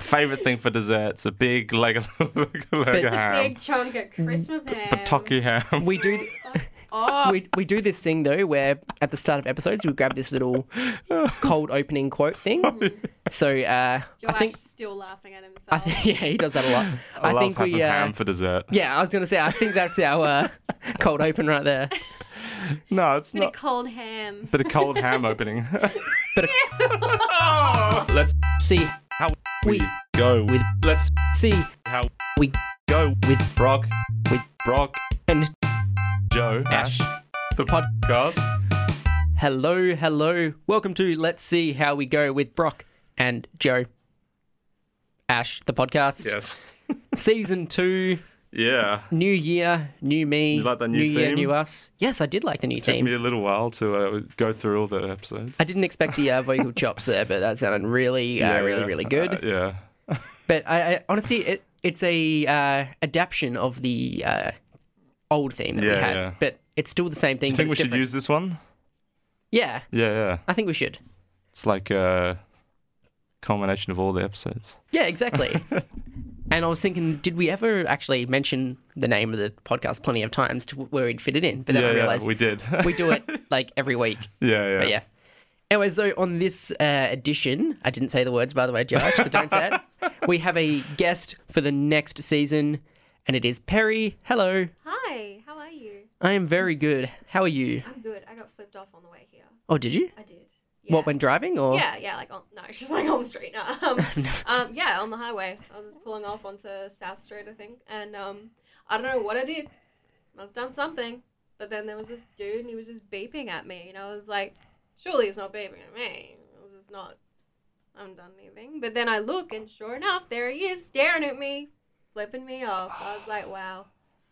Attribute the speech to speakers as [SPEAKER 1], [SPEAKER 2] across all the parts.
[SPEAKER 1] favorite thing for dessert's a big leg of leg of
[SPEAKER 2] It's
[SPEAKER 1] ham,
[SPEAKER 3] Big chunk at Christmas ham.
[SPEAKER 1] bataki ham.
[SPEAKER 2] We do.
[SPEAKER 3] Oh,
[SPEAKER 2] we, we do this thing though where at the start of episodes we grab this little cold opening quote thing. So uh, I
[SPEAKER 3] Joash's
[SPEAKER 2] think
[SPEAKER 3] still laughing at himself.
[SPEAKER 2] I think yeah he does that a lot.
[SPEAKER 1] I, love
[SPEAKER 2] think
[SPEAKER 1] having
[SPEAKER 2] we uh,
[SPEAKER 1] ham for dessert.
[SPEAKER 2] yeah I was gonna say I think that's our uh, cold open right there.
[SPEAKER 1] No, it's
[SPEAKER 3] Bit of
[SPEAKER 1] not.
[SPEAKER 3] cold ham.
[SPEAKER 1] Bit of cold ham opening.
[SPEAKER 2] See
[SPEAKER 1] How
[SPEAKER 2] We
[SPEAKER 1] we go
[SPEAKER 2] with-
[SPEAKER 1] with let's
[SPEAKER 2] see
[SPEAKER 1] how
[SPEAKER 2] we
[SPEAKER 1] go with Brock
[SPEAKER 2] with-
[SPEAKER 1] Brock
[SPEAKER 2] and
[SPEAKER 1] Joe
[SPEAKER 2] Ash.
[SPEAKER 1] the podcast.
[SPEAKER 2] hello hello welcome to let's see how we go with Brock and Joe Ash the podcast
[SPEAKER 1] Yes.
[SPEAKER 2] season two
[SPEAKER 1] Yeah.
[SPEAKER 2] new year new me
[SPEAKER 1] You like that new
[SPEAKER 2] year
[SPEAKER 1] theme?
[SPEAKER 2] new us yes I did like the new
[SPEAKER 1] Took
[SPEAKER 2] theme
[SPEAKER 1] me a little while to uh, go through all the episodes.
[SPEAKER 2] I didn't expect the uh, vocal chops there, but that sounded really, uh,
[SPEAKER 1] Yeah,
[SPEAKER 2] really,
[SPEAKER 1] yeah.
[SPEAKER 2] really
[SPEAKER 1] Uh,
[SPEAKER 2] good.
[SPEAKER 1] yeah.
[SPEAKER 2] but I, I honestly, it, it's a uh, adaptation of the uh, old theme that we
[SPEAKER 1] Yeah,
[SPEAKER 2] had,
[SPEAKER 1] yeah.
[SPEAKER 2] but it's still the same thing.
[SPEAKER 1] Do you think
[SPEAKER 2] but
[SPEAKER 1] we
[SPEAKER 2] it's
[SPEAKER 1] should
[SPEAKER 2] different.
[SPEAKER 1] use this one?
[SPEAKER 2] Yeah,
[SPEAKER 1] Yeah, yeah.
[SPEAKER 2] I think we should.
[SPEAKER 1] It's like a culmination of all the episodes.
[SPEAKER 2] Yeah, exactly. and I was thinking, did we ever actually mention the name of the podcast plenty of times to where we'd fit it in? But then
[SPEAKER 1] yeah,
[SPEAKER 2] I
[SPEAKER 1] yeah,
[SPEAKER 2] realized
[SPEAKER 1] we did.
[SPEAKER 2] we do it like every week.
[SPEAKER 1] yeah, yeah.
[SPEAKER 2] But yeah. Anyway, so on this uh, edition, I didn't say the words, by the way, Josh, so don't say it. We have a guest for the next season, and it is Perry. Hello.
[SPEAKER 3] Hi, how are you?
[SPEAKER 2] I am very good. How are you?
[SPEAKER 3] I'm good. I got flipped off on the way here.
[SPEAKER 2] Oh, did you?
[SPEAKER 3] I did. Yeah.
[SPEAKER 2] What, when driving or?
[SPEAKER 3] Yeah, yeah, like on no, just like on the street. No, um, um, yeah, on the highway. I was pulling off onto South Street, I think, and um, I don't know what I did. I was done something, but then there was this dude, and he was just beeping at me, and I was like, surely he's not beeping at me. I was just not. I haven't done anything. But then I look, and sure enough, there he is, staring at me, flipping me off. I was like, wow.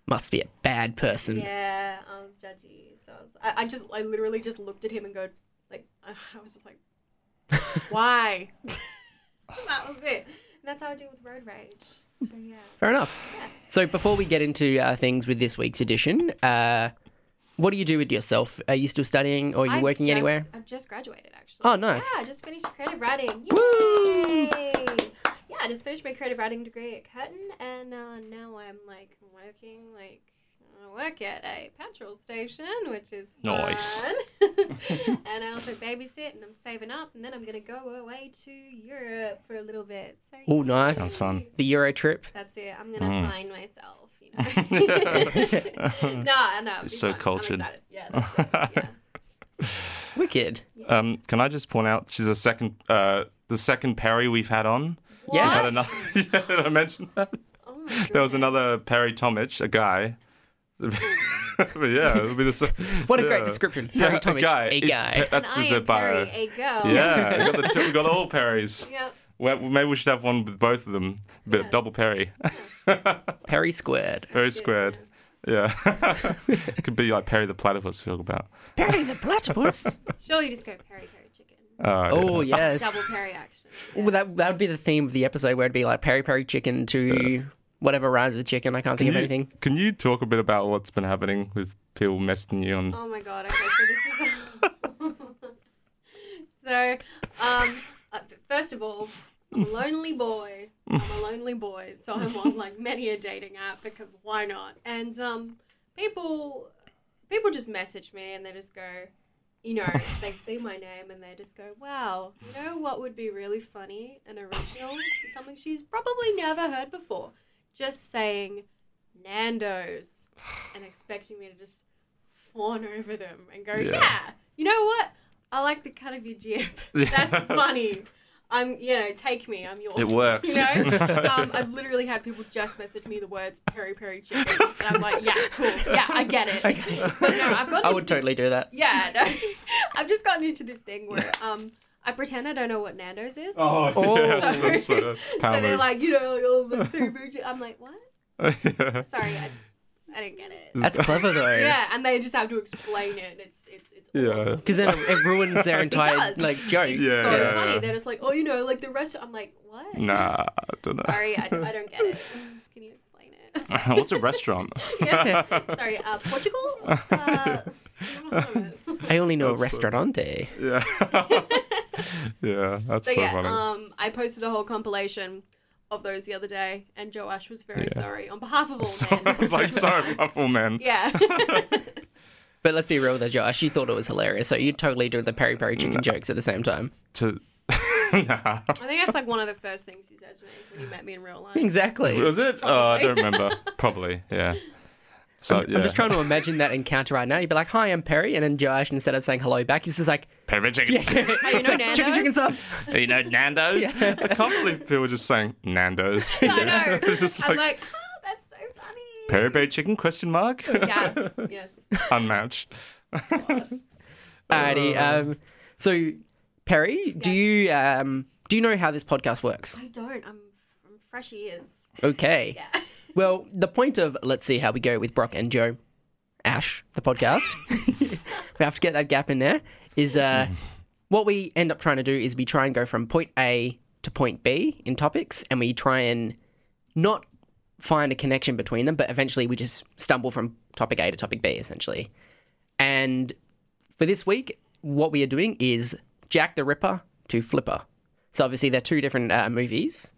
[SPEAKER 2] Must be a bad person.
[SPEAKER 3] Yeah, I was judgy. So I, was, I, I just, I literally just looked at him and go, like, I was just like, why? that was it. And that's how I deal with road rage. So yeah.
[SPEAKER 2] Fair enough. So before we get into uh, things with this week's edition, uh, what do you do with yourself? Are you still studying or are you
[SPEAKER 3] I've
[SPEAKER 2] working
[SPEAKER 3] just-
[SPEAKER 2] anywhere?
[SPEAKER 3] I've just graduated, actually.
[SPEAKER 2] Oh, nice.
[SPEAKER 3] Yeah, I just finished creative writing.
[SPEAKER 2] Woo!
[SPEAKER 3] Yay! Yeah, I just finished my creative writing degree at Curtin, and uh, now I'm like working like. I work at a petrol station, which is
[SPEAKER 1] Nice.
[SPEAKER 3] fun. and I also babysit, and I'm saving up, and then I'm gonna go away to Europe for a little bit. So,
[SPEAKER 2] Oh, nice.
[SPEAKER 1] Sounds fun. Mm-hmm.
[SPEAKER 2] The Euro trip?
[SPEAKER 3] That's it. I'm gonna find myself. You know. no, no.
[SPEAKER 1] It's so cultured.
[SPEAKER 3] i Yeah, that's it. Yeah.
[SPEAKER 2] Wicked.
[SPEAKER 1] Um, can I just point out she's a second uh, the second Perry we've had on. We've had
[SPEAKER 2] Yeah.
[SPEAKER 3] What?
[SPEAKER 1] another yeah, did I mention that?
[SPEAKER 3] Oh my
[SPEAKER 1] There was
[SPEAKER 3] goodness.
[SPEAKER 1] another Perry Tomich, a guy. but yeah, it'll be the same.
[SPEAKER 2] What a great description. Perry Tomich, a
[SPEAKER 1] It's
[SPEAKER 2] guy.
[SPEAKER 1] Pe- that's
[SPEAKER 3] And
[SPEAKER 1] his
[SPEAKER 3] I
[SPEAKER 1] uh,
[SPEAKER 3] am
[SPEAKER 1] bio.
[SPEAKER 3] Perry, a girl.
[SPEAKER 1] Yeah, we got the two, we got all Perrys.
[SPEAKER 3] Yep.
[SPEAKER 1] Well, maybe we should have one with both of them. A bit of double Perry,
[SPEAKER 2] Perry squared.
[SPEAKER 1] Perry squared. Yeah, it could be like Perry the platypus. We talk about.
[SPEAKER 2] Perry the platypus.
[SPEAKER 3] Sure, you just go Perry Perry chicken.
[SPEAKER 1] Uh,
[SPEAKER 2] oh yes.
[SPEAKER 3] Double Perry action. Yeah.
[SPEAKER 2] Well, that that would be the theme of the episode where it'd be like Perry Perry chicken to whatever rhymes with chicken. I can't think
[SPEAKER 1] Can
[SPEAKER 2] of
[SPEAKER 1] you-
[SPEAKER 2] anything.
[SPEAKER 1] Can you talk a bit about what's been happening with people messaging you on?
[SPEAKER 3] Oh my god. Okay, so this is. so, um, uh, first of all, I'm a lonely boy. I'm a lonely boy, so I'm on like many a dating app because why not? And um, people, people just message me and they just go, you know, they see my name and they just go, wow, you know what would be really funny and original? Something she's probably never heard before. Just saying Nando's and expecting me to just fawn over them and go, yeah,
[SPEAKER 1] Yeah.
[SPEAKER 3] you know what? I like the cut of your jib.
[SPEAKER 1] Yeah.
[SPEAKER 3] That's funny. I'm, you know, take me. I'm yours.
[SPEAKER 1] It worked.
[SPEAKER 3] You know, um, I've literally had people just message me the words peri peri chicken. And I'm like, yeah, cool. Yeah, I get it. But no, I've got
[SPEAKER 2] I would totally do that.
[SPEAKER 3] yeah, no. I've just gotten into this thing where um, I pretend I don't know what Nando's is.
[SPEAKER 1] Oh,
[SPEAKER 2] Oh.
[SPEAKER 1] yes, that's uh,
[SPEAKER 3] so
[SPEAKER 1] power
[SPEAKER 3] they're
[SPEAKER 1] move.
[SPEAKER 3] like, you know, like, oh, the food virgin. I'm like, what?
[SPEAKER 1] Yeah.
[SPEAKER 3] Sorry, I just, I didn't get
[SPEAKER 1] Mm,
[SPEAKER 3] it.
[SPEAKER 2] That's clever though.
[SPEAKER 3] Yeah, and they just have to explain it. And it's, it's, it's
[SPEAKER 1] Yeah.
[SPEAKER 3] awesome.
[SPEAKER 2] Because then it, it ruins their entire
[SPEAKER 3] does.
[SPEAKER 2] like joke.
[SPEAKER 3] It's
[SPEAKER 1] Yeah,
[SPEAKER 3] so
[SPEAKER 1] yeah,
[SPEAKER 3] funny.
[SPEAKER 1] yeah.
[SPEAKER 3] They're just like, oh, you know, like the rest. I'm like, what?
[SPEAKER 1] Nah, I don't know.
[SPEAKER 3] Sorry, I, I don't get it. Can you explain it?
[SPEAKER 1] What's a restaurant?
[SPEAKER 3] yeah. Sorry, uh, Portugal? What's, uh, I don't know.
[SPEAKER 2] I only know
[SPEAKER 1] That's so-
[SPEAKER 2] restaurante.
[SPEAKER 1] yeah. yeah, that's
[SPEAKER 3] So,
[SPEAKER 1] so,
[SPEAKER 3] yeah,
[SPEAKER 1] funny.
[SPEAKER 3] um, I posted a whole compilation of those the other day, and Joash was very
[SPEAKER 1] Yeah.
[SPEAKER 3] sorry on behalf of all
[SPEAKER 1] So I
[SPEAKER 3] men.
[SPEAKER 1] was like, sorry, awful man.
[SPEAKER 3] Yeah.
[SPEAKER 2] But let's be real though, Josh. You thought it was hilarious, so you're totally doing the peri peri chicken jokes at the same time.
[SPEAKER 1] To nah.
[SPEAKER 3] I think that's like one of the first things you said to me when you met me in real life.
[SPEAKER 2] Exactly.
[SPEAKER 1] Was it? Oh, I don't remember. Probably, yeah. So yeah.
[SPEAKER 2] I'm just trying to imagine that encounter right now. You'd be like, "Hi, I'm Perry," and then Josh, instead of saying hello back, he's just like,
[SPEAKER 1] Pepper chicken.
[SPEAKER 3] Hey, you know Nando's?
[SPEAKER 2] "Chicken, chicken sub."
[SPEAKER 1] you know Nando's? I can't believe people just saying Nando's.
[SPEAKER 3] I know.
[SPEAKER 1] it's just
[SPEAKER 3] I'm
[SPEAKER 1] like,
[SPEAKER 3] like, oh, that's so funny.
[SPEAKER 1] peri peri chicken question mark?
[SPEAKER 3] Yeah. Yes.
[SPEAKER 1] Unmatched.
[SPEAKER 2] Alrighty. Um, so, Perry, do you um, do you know how this podcast works?
[SPEAKER 3] I don't. I'm I'm fresh ears.
[SPEAKER 2] Okay.
[SPEAKER 3] Yeah.
[SPEAKER 2] Well, the point of let's see how we go with Brock and Joe, Ash, the podcast. we have to get that gap in there. Is uh, what we end up trying to do is we try and go from point A to point B in topics, and we try and not find a connection between them, but eventually we just stumble from topic A to topic B essentially. And for this week, what we are doing is Jack the Ripper to Flipper. So obviously they're two different uh, movies,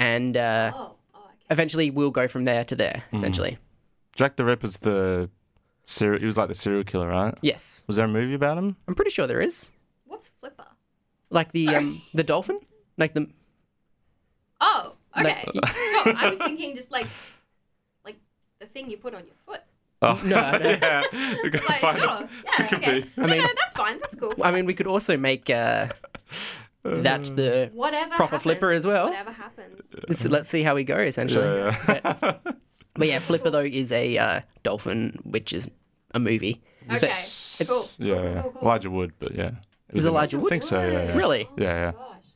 [SPEAKER 2] and uh,
[SPEAKER 3] Oh. Oh. Okay.
[SPEAKER 2] eventually we'll go from there to there,
[SPEAKER 1] Mm.
[SPEAKER 2] essentially.
[SPEAKER 1] Jack the Ripper's the serial. He was like the serial killer, right?
[SPEAKER 2] Yes.
[SPEAKER 1] Was there a movie about him?
[SPEAKER 2] I'm pretty sure there is.
[SPEAKER 3] What's flipper?
[SPEAKER 2] Like the um, the dolphin? Like the
[SPEAKER 3] Oh.
[SPEAKER 2] Like-
[SPEAKER 3] Okay.
[SPEAKER 1] uh,
[SPEAKER 3] so I was thinking just like, like the thing you put on your foot.
[SPEAKER 1] Oh,
[SPEAKER 2] No, I don't-
[SPEAKER 1] yeah. We gotta
[SPEAKER 3] Like,
[SPEAKER 1] find
[SPEAKER 3] sure.
[SPEAKER 1] out.
[SPEAKER 3] Yeah.
[SPEAKER 1] Could
[SPEAKER 3] okay.
[SPEAKER 1] be.
[SPEAKER 3] No,
[SPEAKER 2] mean-
[SPEAKER 3] no, that's fine. That's cool.
[SPEAKER 2] I mean we could also make uh, that the
[SPEAKER 3] Whatever.
[SPEAKER 2] Proper
[SPEAKER 3] happens,
[SPEAKER 2] flipper as well.
[SPEAKER 3] Whatever happens.
[SPEAKER 2] so let's see how we go essentially.
[SPEAKER 1] Yeah, yeah.
[SPEAKER 2] But yeah, Flipper though is a uh, dolphin which is a movie.
[SPEAKER 3] Okay.
[SPEAKER 1] It's-
[SPEAKER 3] Cool.
[SPEAKER 1] yeah, yeah.
[SPEAKER 3] Cool, cool.
[SPEAKER 1] Elijah Wood, but yeah. It
[SPEAKER 2] Is
[SPEAKER 1] a-
[SPEAKER 2] Elijah
[SPEAKER 1] I
[SPEAKER 2] Wood?
[SPEAKER 1] think so, yeah. yeah.
[SPEAKER 2] Really?
[SPEAKER 3] Oh my
[SPEAKER 1] Yeah, yeah.
[SPEAKER 3] Gosh.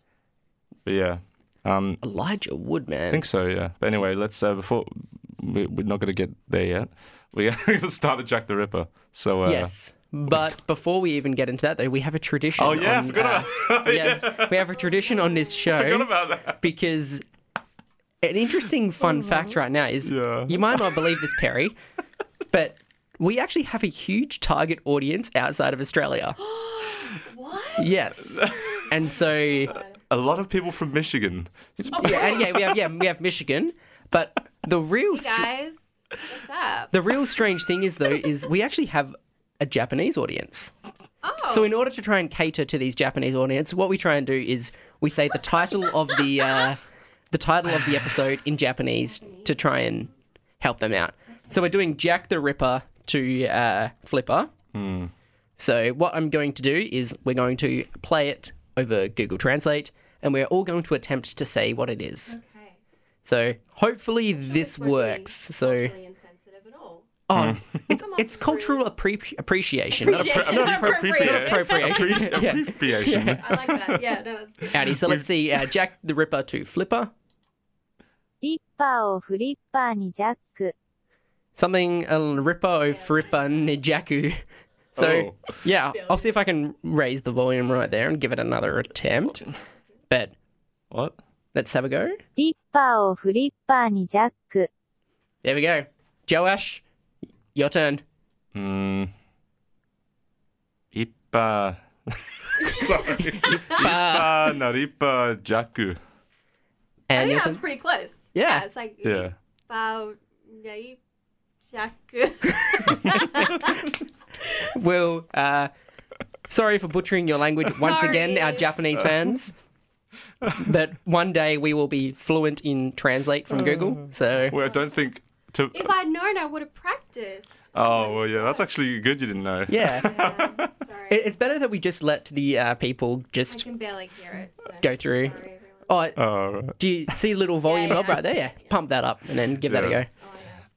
[SPEAKER 1] But yeah. Um,
[SPEAKER 2] Elijah Wood, man.
[SPEAKER 1] I think so, yeah. But anyway, let's, uh, before, we, we're not going to get there yet. We're going to start at Jack the Ripper. So, uh,
[SPEAKER 2] Yes. But before we even get into that though, we have a tradition.
[SPEAKER 1] Oh, yeah,
[SPEAKER 2] on,
[SPEAKER 1] I forgot
[SPEAKER 2] uh,
[SPEAKER 1] about
[SPEAKER 2] yes, we have a tradition on this show.
[SPEAKER 1] forgot about that.
[SPEAKER 2] because an interesting fun fact right now is
[SPEAKER 1] Yeah.
[SPEAKER 2] you might not believe this, Perry, but we actually have a huge target audience outside of Australia.
[SPEAKER 3] What?
[SPEAKER 2] Yes. And so yeah,
[SPEAKER 1] A lot of people from Michigan.
[SPEAKER 2] and yeah, we have yeah, we have Michigan, but the real str-
[SPEAKER 3] Guys, what's up?
[SPEAKER 2] the real strange thing is though is we actually have a Japanese audience.
[SPEAKER 3] oh.
[SPEAKER 2] So in order to try and cater to these Japanese audience, what we try and do is we say the title of the uh, the title of the episode in Japanese to try and help them out. So we're doing Jack the Ripper to uh, Flipper. So what I'm going to do is we're going to play it over Google Translate, and we're all going to attempt to say what it is.
[SPEAKER 3] okay.
[SPEAKER 2] So hopefully this
[SPEAKER 3] won't be
[SPEAKER 2] works. So
[SPEAKER 3] culturally insensitive at all.
[SPEAKER 2] oh, it's
[SPEAKER 3] Come on,
[SPEAKER 2] it's cultural appre- appreciation. not appre-
[SPEAKER 3] Hmm.
[SPEAKER 1] Appro-
[SPEAKER 3] Appreciation, not appropriate.
[SPEAKER 1] appropriate.
[SPEAKER 2] Appropriation.
[SPEAKER 1] Appre-
[SPEAKER 2] Yeah.
[SPEAKER 1] Appropriation.
[SPEAKER 3] I like that. Yeah, no, that's good.
[SPEAKER 2] Howdy. So let's see uh, Jack the Ripper to Flipper.
[SPEAKER 4] リッパーをフリッパーにジャック。
[SPEAKER 2] something uh, Rippo Frippa Nijaku.
[SPEAKER 1] Oh.
[SPEAKER 2] So yeah, I'll see if I can raise the volume right there and give it another attempt. But
[SPEAKER 1] What?
[SPEAKER 2] let's have a go.
[SPEAKER 4] リッパーをフリッパーにジャック。
[SPEAKER 2] There we go. Joash, your turn.
[SPEAKER 1] Mm. Ippa. Sorry.
[SPEAKER 2] Uh,
[SPEAKER 1] Ah, Naripa Jaku.
[SPEAKER 3] I
[SPEAKER 2] and
[SPEAKER 3] think
[SPEAKER 2] your
[SPEAKER 3] that Oh, was
[SPEAKER 2] turn.
[SPEAKER 3] pretty close.
[SPEAKER 2] Yeah.
[SPEAKER 3] it's like
[SPEAKER 1] Yeah.
[SPEAKER 3] Bao Yai Jack.
[SPEAKER 2] Will, uh, sorry for butchering your language once again, our
[SPEAKER 3] Sorry.
[SPEAKER 2] Japanese fans. But one day we will be fluent in translate from
[SPEAKER 3] Oh.
[SPEAKER 2] Google. So
[SPEAKER 1] Well, I don't think. To...
[SPEAKER 3] If I'd known, I would have practiced.
[SPEAKER 1] Oh, well, yeah, that's actually good you didn't know.
[SPEAKER 2] yeah,
[SPEAKER 3] Yeah, sorry.
[SPEAKER 2] It- it's better that we just let the uh, people
[SPEAKER 3] I
[SPEAKER 2] just
[SPEAKER 3] can barely hear it. So
[SPEAKER 2] Go through.
[SPEAKER 3] Sorry, everyone. Oh,
[SPEAKER 2] oh
[SPEAKER 1] Oh, right.
[SPEAKER 2] Do you see little volume
[SPEAKER 3] yeah,
[SPEAKER 2] up
[SPEAKER 3] I
[SPEAKER 2] right there?
[SPEAKER 3] see
[SPEAKER 2] Yeah.
[SPEAKER 3] it, yeah.
[SPEAKER 2] Pump that up and then give that
[SPEAKER 1] Yeah.
[SPEAKER 2] a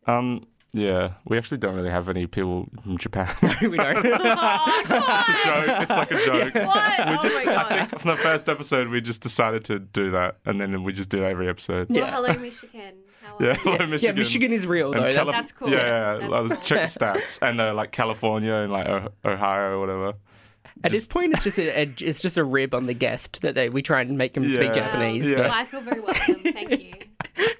[SPEAKER 3] yeah.
[SPEAKER 1] Um, yeah, we actually don't really have any people from Japan. it's
[SPEAKER 2] go. we know.
[SPEAKER 3] Oh, come
[SPEAKER 1] a
[SPEAKER 3] on.
[SPEAKER 1] joke. It's like a joke.
[SPEAKER 3] What?
[SPEAKER 1] We
[SPEAKER 3] oh
[SPEAKER 1] just,
[SPEAKER 3] my
[SPEAKER 1] I
[SPEAKER 3] god.
[SPEAKER 1] think from the first episode, we just decided to do that, and then we just do that every episode.
[SPEAKER 3] Well, hello, Michigan. How are
[SPEAKER 1] Yeah,
[SPEAKER 3] you?
[SPEAKER 1] hello,
[SPEAKER 2] yeah,
[SPEAKER 1] Michigan.
[SPEAKER 2] Michigan is real
[SPEAKER 1] And
[SPEAKER 2] though.
[SPEAKER 1] Calif-
[SPEAKER 2] That's-
[SPEAKER 3] That's cool.
[SPEAKER 1] Yeah, yeah, yeah.
[SPEAKER 3] That's
[SPEAKER 1] I was
[SPEAKER 3] cool.
[SPEAKER 1] check the stats and uh, like California and like o- Ohio or whatever.
[SPEAKER 2] At this point, it's just a, a it's just a rib on the guest that they, we try and make them
[SPEAKER 1] Yeah.
[SPEAKER 2] speak Japanese.
[SPEAKER 1] Yeah.
[SPEAKER 3] Well, Um, I feel very welcome. Thank you.
[SPEAKER 2] But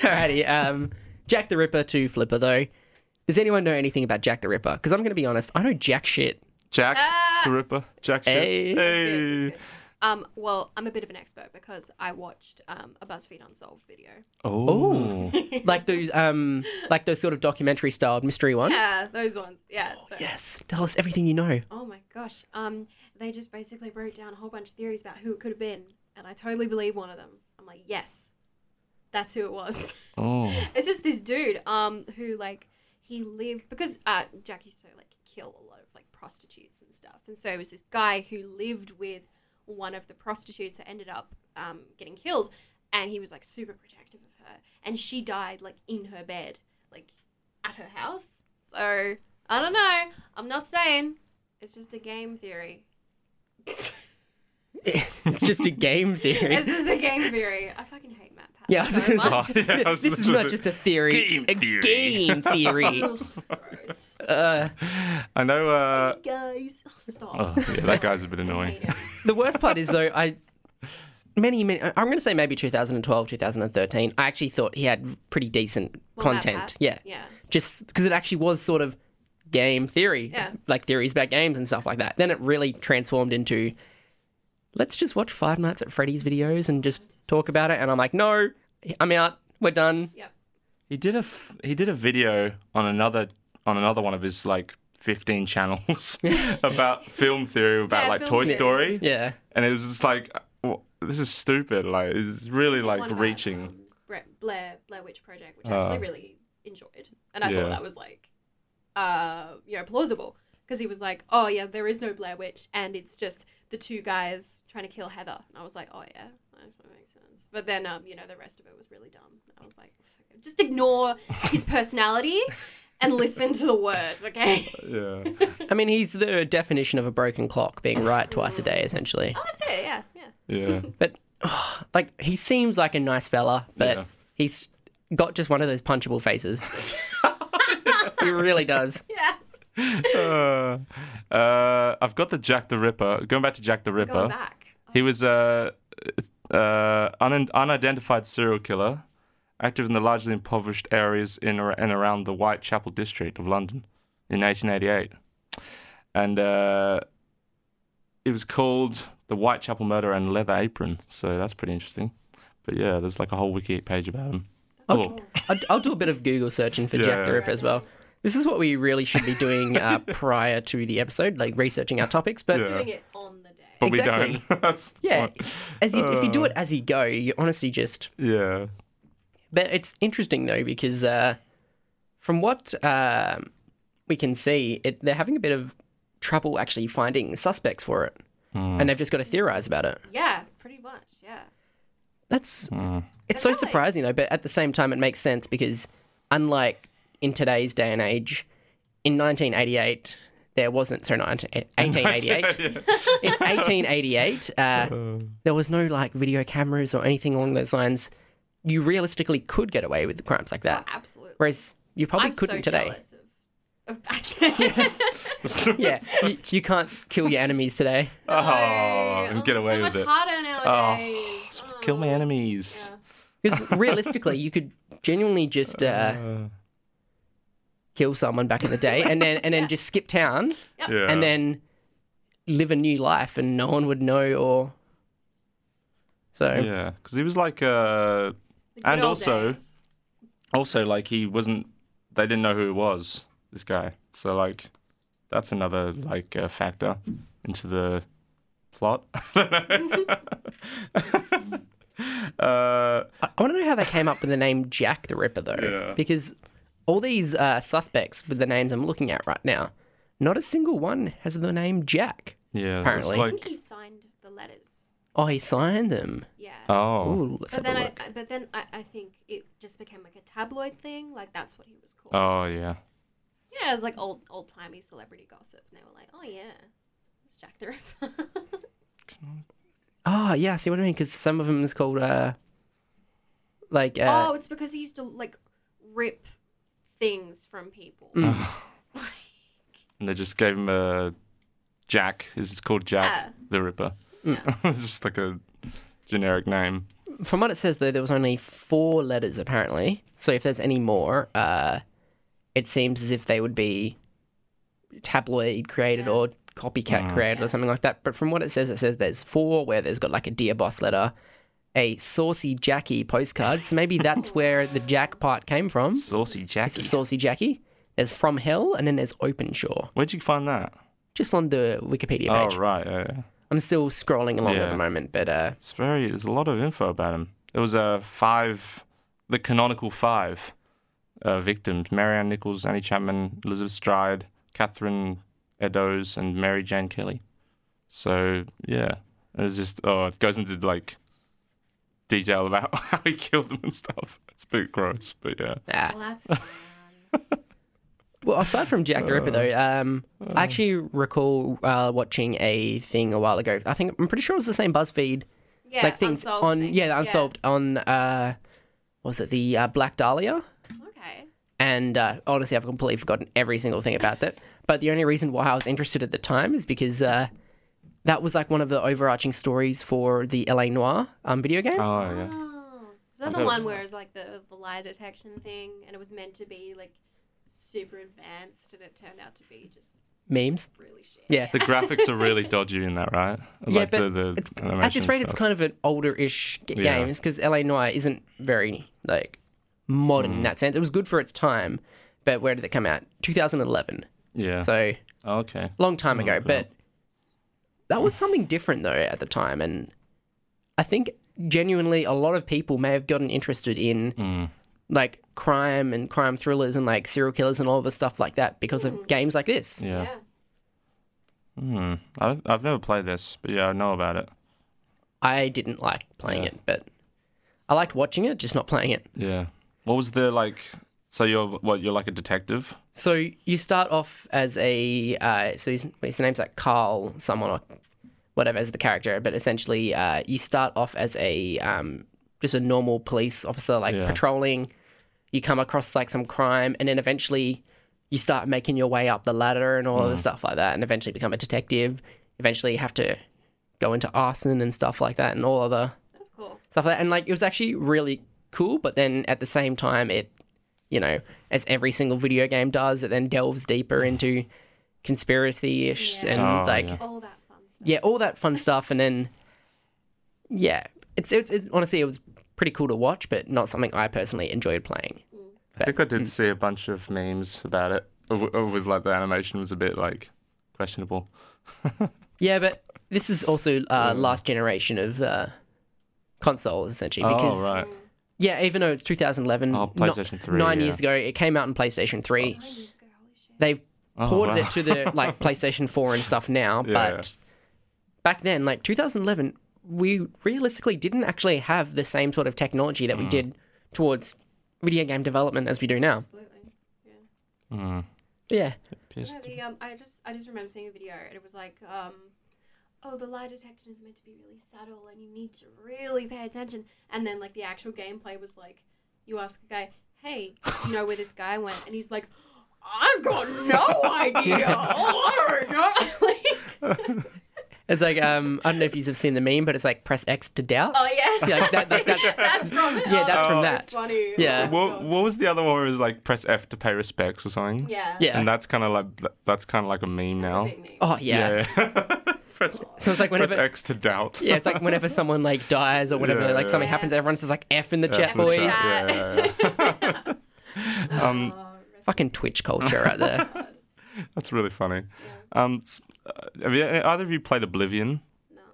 [SPEAKER 2] alrighty, um, Jack the Ripper to Flipper though. Does anyone know anything about Jack the Ripper? Because I'm going to be honest, I know jack shit.
[SPEAKER 1] Jack
[SPEAKER 3] Ah!
[SPEAKER 1] the Ripper. Jack. shit.
[SPEAKER 2] Hey.
[SPEAKER 1] Hey.
[SPEAKER 3] Um, well, I'm a bit of an expert because I watched um, a BuzzFeed Unsolved video.
[SPEAKER 1] Oh.
[SPEAKER 2] like those um like those sort of documentary style mystery ones. Oh,
[SPEAKER 3] Yeah, those ones. Yeah. so-
[SPEAKER 2] Yes. Tell us everything you know.
[SPEAKER 3] Oh my gosh. Um, they just basically wrote down a whole bunch of theories about who it could have been, and I totally believe one of them. I'm like, yes, that's who it was.
[SPEAKER 1] Oh.
[SPEAKER 3] it's just this dude, um, who like he lived because uh Jack used to like kill a lot of like prostitutes and stuff, and so it was this guy who lived with one of the prostitutes that ended up um getting killed, and he was like super protective of her, and she died like in her bed, like at her house. So I don't know. I'm not saying. It's just a game theory. it's
[SPEAKER 2] it's just a game theory.
[SPEAKER 3] just a game theory. I fucking hate Matt Pat.
[SPEAKER 2] Yeah, I was
[SPEAKER 3] so
[SPEAKER 2] gonna-
[SPEAKER 3] much.
[SPEAKER 1] Yeah, I was
[SPEAKER 2] this is
[SPEAKER 1] literally-
[SPEAKER 2] not just a theory.
[SPEAKER 1] Game
[SPEAKER 2] a
[SPEAKER 1] theory.
[SPEAKER 2] game theory.
[SPEAKER 3] Ugh, gross.
[SPEAKER 2] uh,
[SPEAKER 1] I know. Uh,
[SPEAKER 3] guys, oh, stop.
[SPEAKER 1] oh, yeah, that guy's a bit annoying.
[SPEAKER 3] Hate him.
[SPEAKER 2] the worst part is though I many many I'm going to say maybe 2012 2013 I actually thought he had pretty decent
[SPEAKER 3] Well, Matt
[SPEAKER 2] content.
[SPEAKER 3] Pat.
[SPEAKER 2] Yeah.
[SPEAKER 3] Yeah.
[SPEAKER 2] Just because it actually was sort of game theory.
[SPEAKER 3] Yeah.
[SPEAKER 2] Like theories about games and stuff like that. Then it really transformed into let's just watch Five Nights at Freddy's videos and just talk about it and I'm like no, I'm out. We're done.
[SPEAKER 3] Yep.
[SPEAKER 1] He did a f- he did a video on another on another one of his like 15 channels about film theory about
[SPEAKER 3] Yeah,
[SPEAKER 1] like
[SPEAKER 3] film
[SPEAKER 1] Toy
[SPEAKER 3] theory.
[SPEAKER 1] Story,
[SPEAKER 2] Yeah.
[SPEAKER 1] and it was just like, well, this is stupid. Like it's really like
[SPEAKER 3] One about,
[SPEAKER 1] reaching.
[SPEAKER 3] um, Bre- Blair Blair Witch Project, which
[SPEAKER 1] Uh,
[SPEAKER 3] I actually really enjoyed, and I
[SPEAKER 1] yeah.
[SPEAKER 3] thought that was like, uh, you know, plausible because he was like, oh yeah, there is no Blair Witch, and it's just the two guys trying to kill Heather, and I was like, oh yeah, that actually makes sense. But then, um, you know, the rest of it was really dumb. I was like, "Oh, just ignore his personality and listen to the words, okay?
[SPEAKER 1] Yeah.
[SPEAKER 2] I mean, he's the definition of a broken clock being right twice a day essentially.
[SPEAKER 3] Oh, that's it. Yeah, yeah.
[SPEAKER 1] Yeah.
[SPEAKER 2] But oh, like he seems like a nice fella, but
[SPEAKER 1] Yeah.
[SPEAKER 2] he's got just one of those punchable faces. he really does.
[SPEAKER 3] Yeah,
[SPEAKER 1] uh, uh, I've got the Jack the Ripper. Going back to Jack the Ripper.
[SPEAKER 3] going back.
[SPEAKER 1] He was a uh, uh, un- unidentified serial killer, active in the largely impoverished areas in ar- and around the Whitechapel district of London in 1888. And uh, it was called The Whitechapel Murder and Leather Apron. So that's pretty interesting. But yeah, there's like a whole wiki page about him.
[SPEAKER 2] Oh,
[SPEAKER 1] Cool.
[SPEAKER 2] I'll, I'll do a bit of Google searching for Jack the
[SPEAKER 1] Yeah.
[SPEAKER 2] Ripper as well. This is what we really should be doing uh, prior to the episode, like researching our topics. But
[SPEAKER 1] Yeah.
[SPEAKER 3] Doing it on the day.
[SPEAKER 1] But we
[SPEAKER 2] Exactly.
[SPEAKER 1] don't. that's
[SPEAKER 2] yeah,
[SPEAKER 1] fine. Uh.
[SPEAKER 2] as you, if you do it as you go, you honestly just
[SPEAKER 1] Yeah.
[SPEAKER 2] But it's interesting though because uh, from what um we can see, it, they're having a bit of trouble actually finding suspects for it, and they've just got to theorize about it.
[SPEAKER 3] Yeah, pretty much. Yeah.
[SPEAKER 2] That's
[SPEAKER 1] Mm.
[SPEAKER 2] it's so
[SPEAKER 3] Right.
[SPEAKER 2] surprising though, but at the same time, it makes sense because unlike in today's day and age, in 1988 there wasn't so 19, 1888 eh, in 1888 uh, there was no like video cameras or anything along those lines. You realistically could get away with crimes like that.
[SPEAKER 3] Oh, Absolutely.
[SPEAKER 2] Whereas you probably
[SPEAKER 3] I'm
[SPEAKER 2] couldn't
[SPEAKER 3] so
[SPEAKER 2] today.
[SPEAKER 3] jealous Of, of back then.
[SPEAKER 2] Yeah, you, you can't kill your enemies today.
[SPEAKER 1] Oh, and get away
[SPEAKER 3] so
[SPEAKER 1] with
[SPEAKER 3] much
[SPEAKER 1] it.
[SPEAKER 3] harder nowadays.
[SPEAKER 1] Oh, kill my enemies.
[SPEAKER 3] Yeah.
[SPEAKER 2] Because realistically, you could genuinely just uh,
[SPEAKER 1] Uh,
[SPEAKER 2] kill someone back in the day, and then and then just skip town,
[SPEAKER 1] yeah.
[SPEAKER 2] and then live a new life, and no one would know. Or so
[SPEAKER 1] yeah, because he was like uh,
[SPEAKER 3] The good
[SPEAKER 1] And
[SPEAKER 3] old
[SPEAKER 1] also-
[SPEAKER 3] days.
[SPEAKER 1] also like he wasn't. They didn't know who he was. This guy. So like, that's another like uh, factor into the plot. uh,
[SPEAKER 2] I, I want to know how they came up with the name Jack the Ripper, though,
[SPEAKER 1] Yeah.
[SPEAKER 2] because all these uh, suspects with the names I'm looking at right now, not a single one has the name Jack.
[SPEAKER 1] yeah.
[SPEAKER 2] Apparently.
[SPEAKER 1] Apparently.
[SPEAKER 3] I think
[SPEAKER 1] Like,
[SPEAKER 3] he signed the letters.
[SPEAKER 2] Oh, he signed them.
[SPEAKER 3] Yeah.
[SPEAKER 1] oh.
[SPEAKER 2] Ooh, let's have
[SPEAKER 3] but, then
[SPEAKER 2] a
[SPEAKER 3] I,
[SPEAKER 2] look.
[SPEAKER 3] I- but then I, I think it just became like a tabloid thing. Like that's what he was called.
[SPEAKER 1] Oh yeah.
[SPEAKER 3] Yeah, it was like old old timey celebrity gossip, and they were like, "Oh yeah, it's Jack the Ripper."
[SPEAKER 2] Oh, yeah, I see what I mean. Because some of them is called, uh, like, uh,
[SPEAKER 3] oh, it's because he used to like rip things from people.
[SPEAKER 2] Mm.
[SPEAKER 1] And they just gave him a Jack. Is it called Jack
[SPEAKER 3] Yeah.
[SPEAKER 1] the Ripper? just like a generic name.
[SPEAKER 2] from what it says, though, there was only four letters apparently. So if there's any more, uh, it seems as if they would be tabloid created or copycat
[SPEAKER 1] Mm.
[SPEAKER 2] created or something like that. But from what it says, it says there's four where there's got like a dear boss letter, a saucy Jackie postcard. So maybe that's where the Jack part came from.
[SPEAKER 1] Saucy
[SPEAKER 2] Mm-hmm. It's
[SPEAKER 1] Jackie.
[SPEAKER 2] a saucy Jackie. There's from hell and then there's open shore.
[SPEAKER 1] Where'd you find that?
[SPEAKER 2] Just on the Wikipedia
[SPEAKER 1] Oh
[SPEAKER 2] page.
[SPEAKER 1] right, yeah, yeah.
[SPEAKER 2] I'm still scrolling along at
[SPEAKER 1] Yeah.
[SPEAKER 2] the moment, but uh,
[SPEAKER 1] It's very. There's a lot of info about him. There was a five, the canonical five, uh, victims: Marianne Nichols, Annie Chapman, Elizabeth Stride, Catherine Eddowes, and Mary Jane Kelly. So yeah, it's just oh, it goes into like detail about how he killed them and stuff. It's a bit gross, but yeah.
[SPEAKER 2] ah.
[SPEAKER 3] Well, that's fun.
[SPEAKER 2] Well, aside from Jack the Ripper, though, um, I actually recall uh, watching a thing a while ago. I think I'm pretty sure it was the same BuzzFeed,
[SPEAKER 3] Yeah,
[SPEAKER 2] like things
[SPEAKER 3] unsolved
[SPEAKER 2] on
[SPEAKER 3] things.
[SPEAKER 2] yeah, the unsolved on uh, was it the uh, Black Dahlia?
[SPEAKER 3] Okay.
[SPEAKER 2] And uh, honestly, I've completely forgotten every single thing about that. But the only reason why I was interested at the time is because uh, that was like one of the overarching stories for the LA Noir um, video game.
[SPEAKER 1] Oh yeah.
[SPEAKER 3] Oh, is that
[SPEAKER 1] I've
[SPEAKER 3] the
[SPEAKER 1] heard
[SPEAKER 3] one
[SPEAKER 1] of
[SPEAKER 3] where it was like the, the lie detection thing, and it was meant to be like super advanced, and it turned out to be just
[SPEAKER 2] Memes.
[SPEAKER 3] really shit.
[SPEAKER 2] Yeah.
[SPEAKER 1] The graphics are really dodgy in that, right?
[SPEAKER 2] yeah, but
[SPEAKER 1] the, the
[SPEAKER 2] it's, at
[SPEAKER 1] animation
[SPEAKER 2] this rate, it's
[SPEAKER 1] stuff.
[SPEAKER 2] kind of an older-ish g-
[SPEAKER 1] Yeah.
[SPEAKER 2] game because LA Noir isn't very like modern
[SPEAKER 1] Mm.
[SPEAKER 2] in that sense. It was good for its time, but where did it come out? 2011,
[SPEAKER 1] yeah. Oh,
[SPEAKER 2] so
[SPEAKER 1] okay.
[SPEAKER 2] long time ago.
[SPEAKER 1] cool.
[SPEAKER 2] But that was something different though at the time, and I think genuinely a lot of people may have gotten interested in
[SPEAKER 1] Mm.
[SPEAKER 2] like crime and crime thrillers and like serial killers and all the stuff like that because of games like this.
[SPEAKER 1] Yeah.
[SPEAKER 3] Yeah.
[SPEAKER 1] Hmm. I've, I've never played this, but yeah, I know about it.
[SPEAKER 2] I didn't like playing
[SPEAKER 1] Yeah.
[SPEAKER 2] it, but I liked watching it, just not playing it.
[SPEAKER 1] Yeah. What was the like? So you're what? You're like a detective.
[SPEAKER 2] So you start off as a uh, so his, his name's like Carl someone or whatever as the character, but essentially uh, you start off as a um, just a normal police officer like
[SPEAKER 1] Yeah.
[SPEAKER 2] patrolling. You come across like some crime, and then eventually you start making your way up the ladder and all of the stuff like that, and eventually become a detective. Eventually, you have to go into arson and stuff like that, and all other
[SPEAKER 3] That's cool.
[SPEAKER 2] stuff like that. And like it was actually really cool, but then at the same time, it, you know, as every single video game does, it then delves deeper into conspiracy ish
[SPEAKER 3] Yeah.
[SPEAKER 2] and
[SPEAKER 1] Oh,
[SPEAKER 2] like
[SPEAKER 1] yeah.
[SPEAKER 2] yeah.
[SPEAKER 3] All that fun stuff.
[SPEAKER 2] all that fun stuff. And then yeah, it's, it's it's honestly it was pretty cool to watch, but not something I personally enjoyed playing.
[SPEAKER 1] I think I did see a bunch of memes about it, of- of- with like the animation was a bit like questionable.
[SPEAKER 2] Yeah, but this is also
[SPEAKER 1] Mm.
[SPEAKER 2] uh, last generation of uh, consoles essentially because
[SPEAKER 1] oh right.
[SPEAKER 2] yeah, even though it's 2011,
[SPEAKER 1] Oh,
[SPEAKER 2] not-
[SPEAKER 1] PlayStation 3,
[SPEAKER 2] nine
[SPEAKER 1] yeah.
[SPEAKER 2] years ago, it came out in PlayStation 3.
[SPEAKER 3] Nine years ago, Oh, holy shit.
[SPEAKER 2] they've
[SPEAKER 1] Oh,
[SPEAKER 2] ported
[SPEAKER 1] wow.
[SPEAKER 2] it to the like PlayStation 4 and stuff now,
[SPEAKER 1] Yeah,
[SPEAKER 2] but back then, like 2011, we realistically didn't actually have the same sort of technology
[SPEAKER 1] Mm.
[SPEAKER 2] that we did towards video game development as we do now.
[SPEAKER 3] Absolutely. Yeah.
[SPEAKER 1] Mm.
[SPEAKER 2] Yeah.
[SPEAKER 1] Just-
[SPEAKER 3] Yeah, the, um, I just I just remember seeing a video and it was like, um, oh, the lie detection is meant to be really subtle and you need to really pay attention. And then like the actual gameplay was like, you ask a guy, hey, do you know where this guy went? And he's like, I've got no idea. I don't know. Like,
[SPEAKER 2] It's like um I don't know if you've seen the meme, but it's like press X to doubt.
[SPEAKER 3] oh yeah,
[SPEAKER 2] Yeah, like, that- that- that's-
[SPEAKER 3] That's from it.
[SPEAKER 2] yeah, that's
[SPEAKER 3] Oh,
[SPEAKER 2] from
[SPEAKER 3] so
[SPEAKER 2] that.
[SPEAKER 3] Funny.
[SPEAKER 2] Yeah.
[SPEAKER 3] Oh, my
[SPEAKER 1] What
[SPEAKER 3] God.
[SPEAKER 1] What was the other one? Where it was like press F to pay respects or something.
[SPEAKER 3] yeah.
[SPEAKER 2] Yeah.
[SPEAKER 1] And that's kind of like th- that's kind of like a meme
[SPEAKER 3] That's
[SPEAKER 1] now.
[SPEAKER 3] a big name.
[SPEAKER 2] Oh yeah. yeah.
[SPEAKER 1] yeah. press,
[SPEAKER 2] So it's like
[SPEAKER 1] press
[SPEAKER 2] whenever
[SPEAKER 1] X to doubt.
[SPEAKER 2] it's like whenever someone like dies or whenever
[SPEAKER 1] Yeah,
[SPEAKER 2] like something
[SPEAKER 3] yeah.
[SPEAKER 2] happens, everyone's just like F in the
[SPEAKER 1] F
[SPEAKER 2] chat,
[SPEAKER 1] in the
[SPEAKER 2] boys.
[SPEAKER 1] chat, yeah, yeah, yeah. um,
[SPEAKER 3] Oh, rest-
[SPEAKER 2] Fucking Twitch culture right there.
[SPEAKER 1] That's really funny. Um, s- uh, have you, either of you played Oblivion?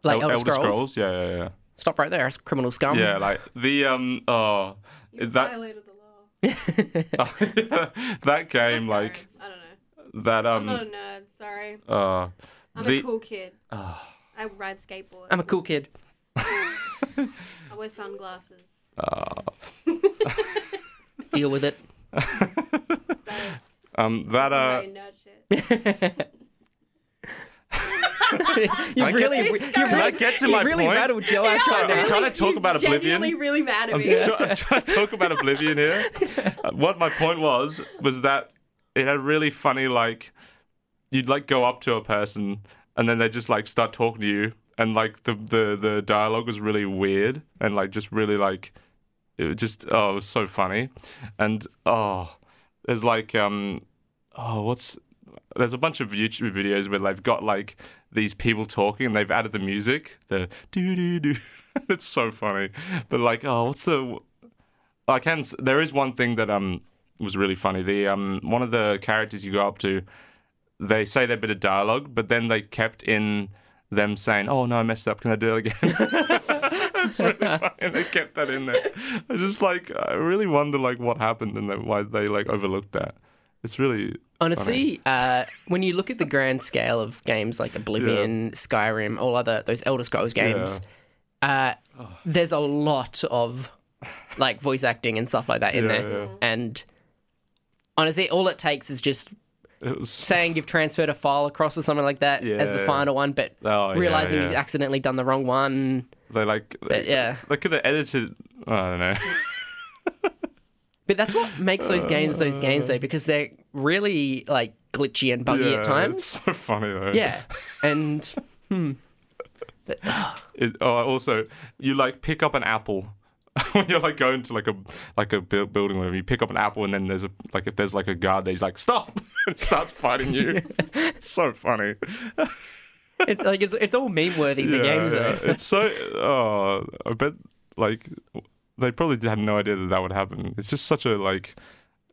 [SPEAKER 2] Like
[SPEAKER 1] El-
[SPEAKER 2] Elder, Scrolls.
[SPEAKER 1] Yeah, yeah, yeah.
[SPEAKER 2] Stop right there, it's criminal scum.
[SPEAKER 1] Yeah, like the um, oh,
[SPEAKER 3] you
[SPEAKER 1] that oh,
[SPEAKER 3] violated the law.
[SPEAKER 1] that
[SPEAKER 3] That's
[SPEAKER 1] game,
[SPEAKER 3] Skyrim.
[SPEAKER 1] like
[SPEAKER 3] I don't know.
[SPEAKER 1] that
[SPEAKER 3] I'm not a
[SPEAKER 1] um,
[SPEAKER 3] nerd. Sorry.
[SPEAKER 1] uh,
[SPEAKER 3] I'm
[SPEAKER 1] the
[SPEAKER 3] a cool kid. I ride skateboards.
[SPEAKER 2] Oh. I'm a cool kid.
[SPEAKER 3] I wear sunglasses.
[SPEAKER 1] Uh,
[SPEAKER 2] Deal with it.
[SPEAKER 3] So
[SPEAKER 1] um that uh,
[SPEAKER 3] very nerd shit.
[SPEAKER 2] You've
[SPEAKER 1] get
[SPEAKER 2] really,
[SPEAKER 1] to-
[SPEAKER 2] you've really,
[SPEAKER 1] I get to
[SPEAKER 2] you
[SPEAKER 1] my
[SPEAKER 2] really
[SPEAKER 1] point?
[SPEAKER 2] rattled Joe out
[SPEAKER 1] Sorry,
[SPEAKER 2] right
[SPEAKER 1] I'm
[SPEAKER 2] now.
[SPEAKER 1] trying to talk about Oblivion.
[SPEAKER 3] Genuinely really mad at
[SPEAKER 1] I'm,
[SPEAKER 3] me.
[SPEAKER 1] try- I'm trying to talk about Oblivion here. Uh, what my point was was that it had really funny like you'd like go up to a person and then they just like start talking to you and like the the the dialogue was really weird and like just really like it was just oh it was so funny and oh there's like um oh what's There's a bunch of YouTube videos where they've got like these people talking and they've added the music. The doo doo doo. it's so funny. But like, oh, what's the? I can. s- There is one thing that um was really funny. The um one of the characters you go up to, they say their bit of dialogue, but then they kept in them saying, "Oh no, I messed up. Can I do it again?" it's really funny. And they kept that in there. I just like I really wonder like what happened and then why they like overlooked that. It's really
[SPEAKER 2] Honestly, uh, when you look at the grand scale of games like Oblivion, Skyrim, all other those Elder Scrolls games, uh, there's a lot of like voice acting and stuff like that in
[SPEAKER 1] Yeah,
[SPEAKER 2] there.
[SPEAKER 1] yeah.
[SPEAKER 2] And honestly, all it takes is just
[SPEAKER 1] it was
[SPEAKER 2] saying you've transferred a file across or something like that as the
[SPEAKER 1] Yeah.
[SPEAKER 2] final one, but
[SPEAKER 1] Oh, yeah,
[SPEAKER 2] realizing
[SPEAKER 1] yeah.
[SPEAKER 2] you've accidentally done the wrong one.
[SPEAKER 1] they like they,
[SPEAKER 2] yeah.
[SPEAKER 1] they could have edited. I don't know.
[SPEAKER 2] But that's what makes those
[SPEAKER 1] Uh,
[SPEAKER 2] games those games though, because they're really like glitchy and buggy
[SPEAKER 1] yeah,
[SPEAKER 2] Oh, at times.
[SPEAKER 1] it's so funny though.
[SPEAKER 2] Yeah, and
[SPEAKER 1] It, oh, also, you like pick up an apple when you're like going to like a like a buil- building, or whatever. You pick up an apple, and then there's a like if there's like a guard there, he's like stop and starts fighting you. it's so funny.
[SPEAKER 2] it's like it's it's all meme worthy. the games
[SPEAKER 1] yeah.
[SPEAKER 2] though.
[SPEAKER 1] it's so. Oh, I bet like they probably did- had no idea that that would happen. It's just such a like.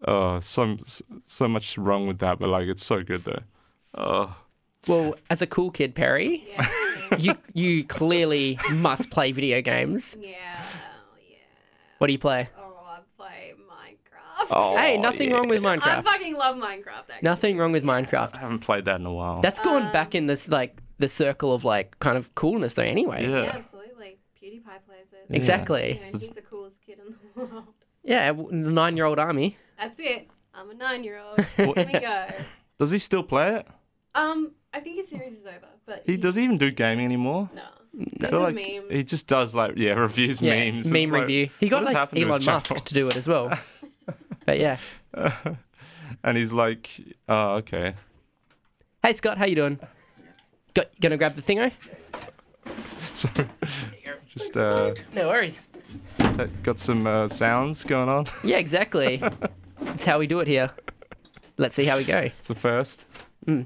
[SPEAKER 1] Oh, so so much wrong with that, but like it's so good though. Oh,
[SPEAKER 2] Well, as a cool kid, Perry,
[SPEAKER 3] Yeah. yeah.
[SPEAKER 2] you you clearly must play video games.
[SPEAKER 3] yeah. Oh, yeah.
[SPEAKER 2] What do you play?
[SPEAKER 3] Oh, I play Minecraft.
[SPEAKER 1] Oh,
[SPEAKER 2] hey, nothing wrong with
[SPEAKER 3] I
[SPEAKER 2] Minecraft.
[SPEAKER 3] fucking love Minecraft. Actually.
[SPEAKER 2] Nothing wrong with
[SPEAKER 1] I
[SPEAKER 2] Minecraft.
[SPEAKER 1] haven't played that in a while.
[SPEAKER 2] That's gone back in this like the circle of like kind of coolness though. Anyway,
[SPEAKER 3] Yeah,
[SPEAKER 1] yeah.
[SPEAKER 3] absolutely. PewDiePie plays it.
[SPEAKER 2] exactly.
[SPEAKER 3] You know, he's the coolest kid in the world.
[SPEAKER 2] Yeah, w the nine-year-old army.
[SPEAKER 3] That's it. I'm a nine-year-old. Here we go.
[SPEAKER 1] Does he still play it?
[SPEAKER 3] Um, I think his series is over, but
[SPEAKER 1] He does he even do gaming anymore.
[SPEAKER 3] No,
[SPEAKER 1] I
[SPEAKER 3] this
[SPEAKER 1] feel
[SPEAKER 3] is
[SPEAKER 1] like
[SPEAKER 3] memes.
[SPEAKER 1] he just does like yeah reviews
[SPEAKER 2] Yeah,
[SPEAKER 1] memes. It's
[SPEAKER 2] meme
[SPEAKER 1] like,
[SPEAKER 2] review. He got
[SPEAKER 1] what has
[SPEAKER 2] like
[SPEAKER 1] happened to
[SPEAKER 2] Elon
[SPEAKER 1] his
[SPEAKER 2] Musk
[SPEAKER 1] channel?
[SPEAKER 2] to do it as well. but yeah.
[SPEAKER 1] and he's like, oh okay.
[SPEAKER 2] Hey Scott, how you doing? Got, gonna grab the thingo?
[SPEAKER 1] So just uh,
[SPEAKER 2] No worries.
[SPEAKER 1] t- got some uh, sounds going on.
[SPEAKER 2] Yeah, exactly. That's how we do it here. Let's see how we go.
[SPEAKER 1] It's a first.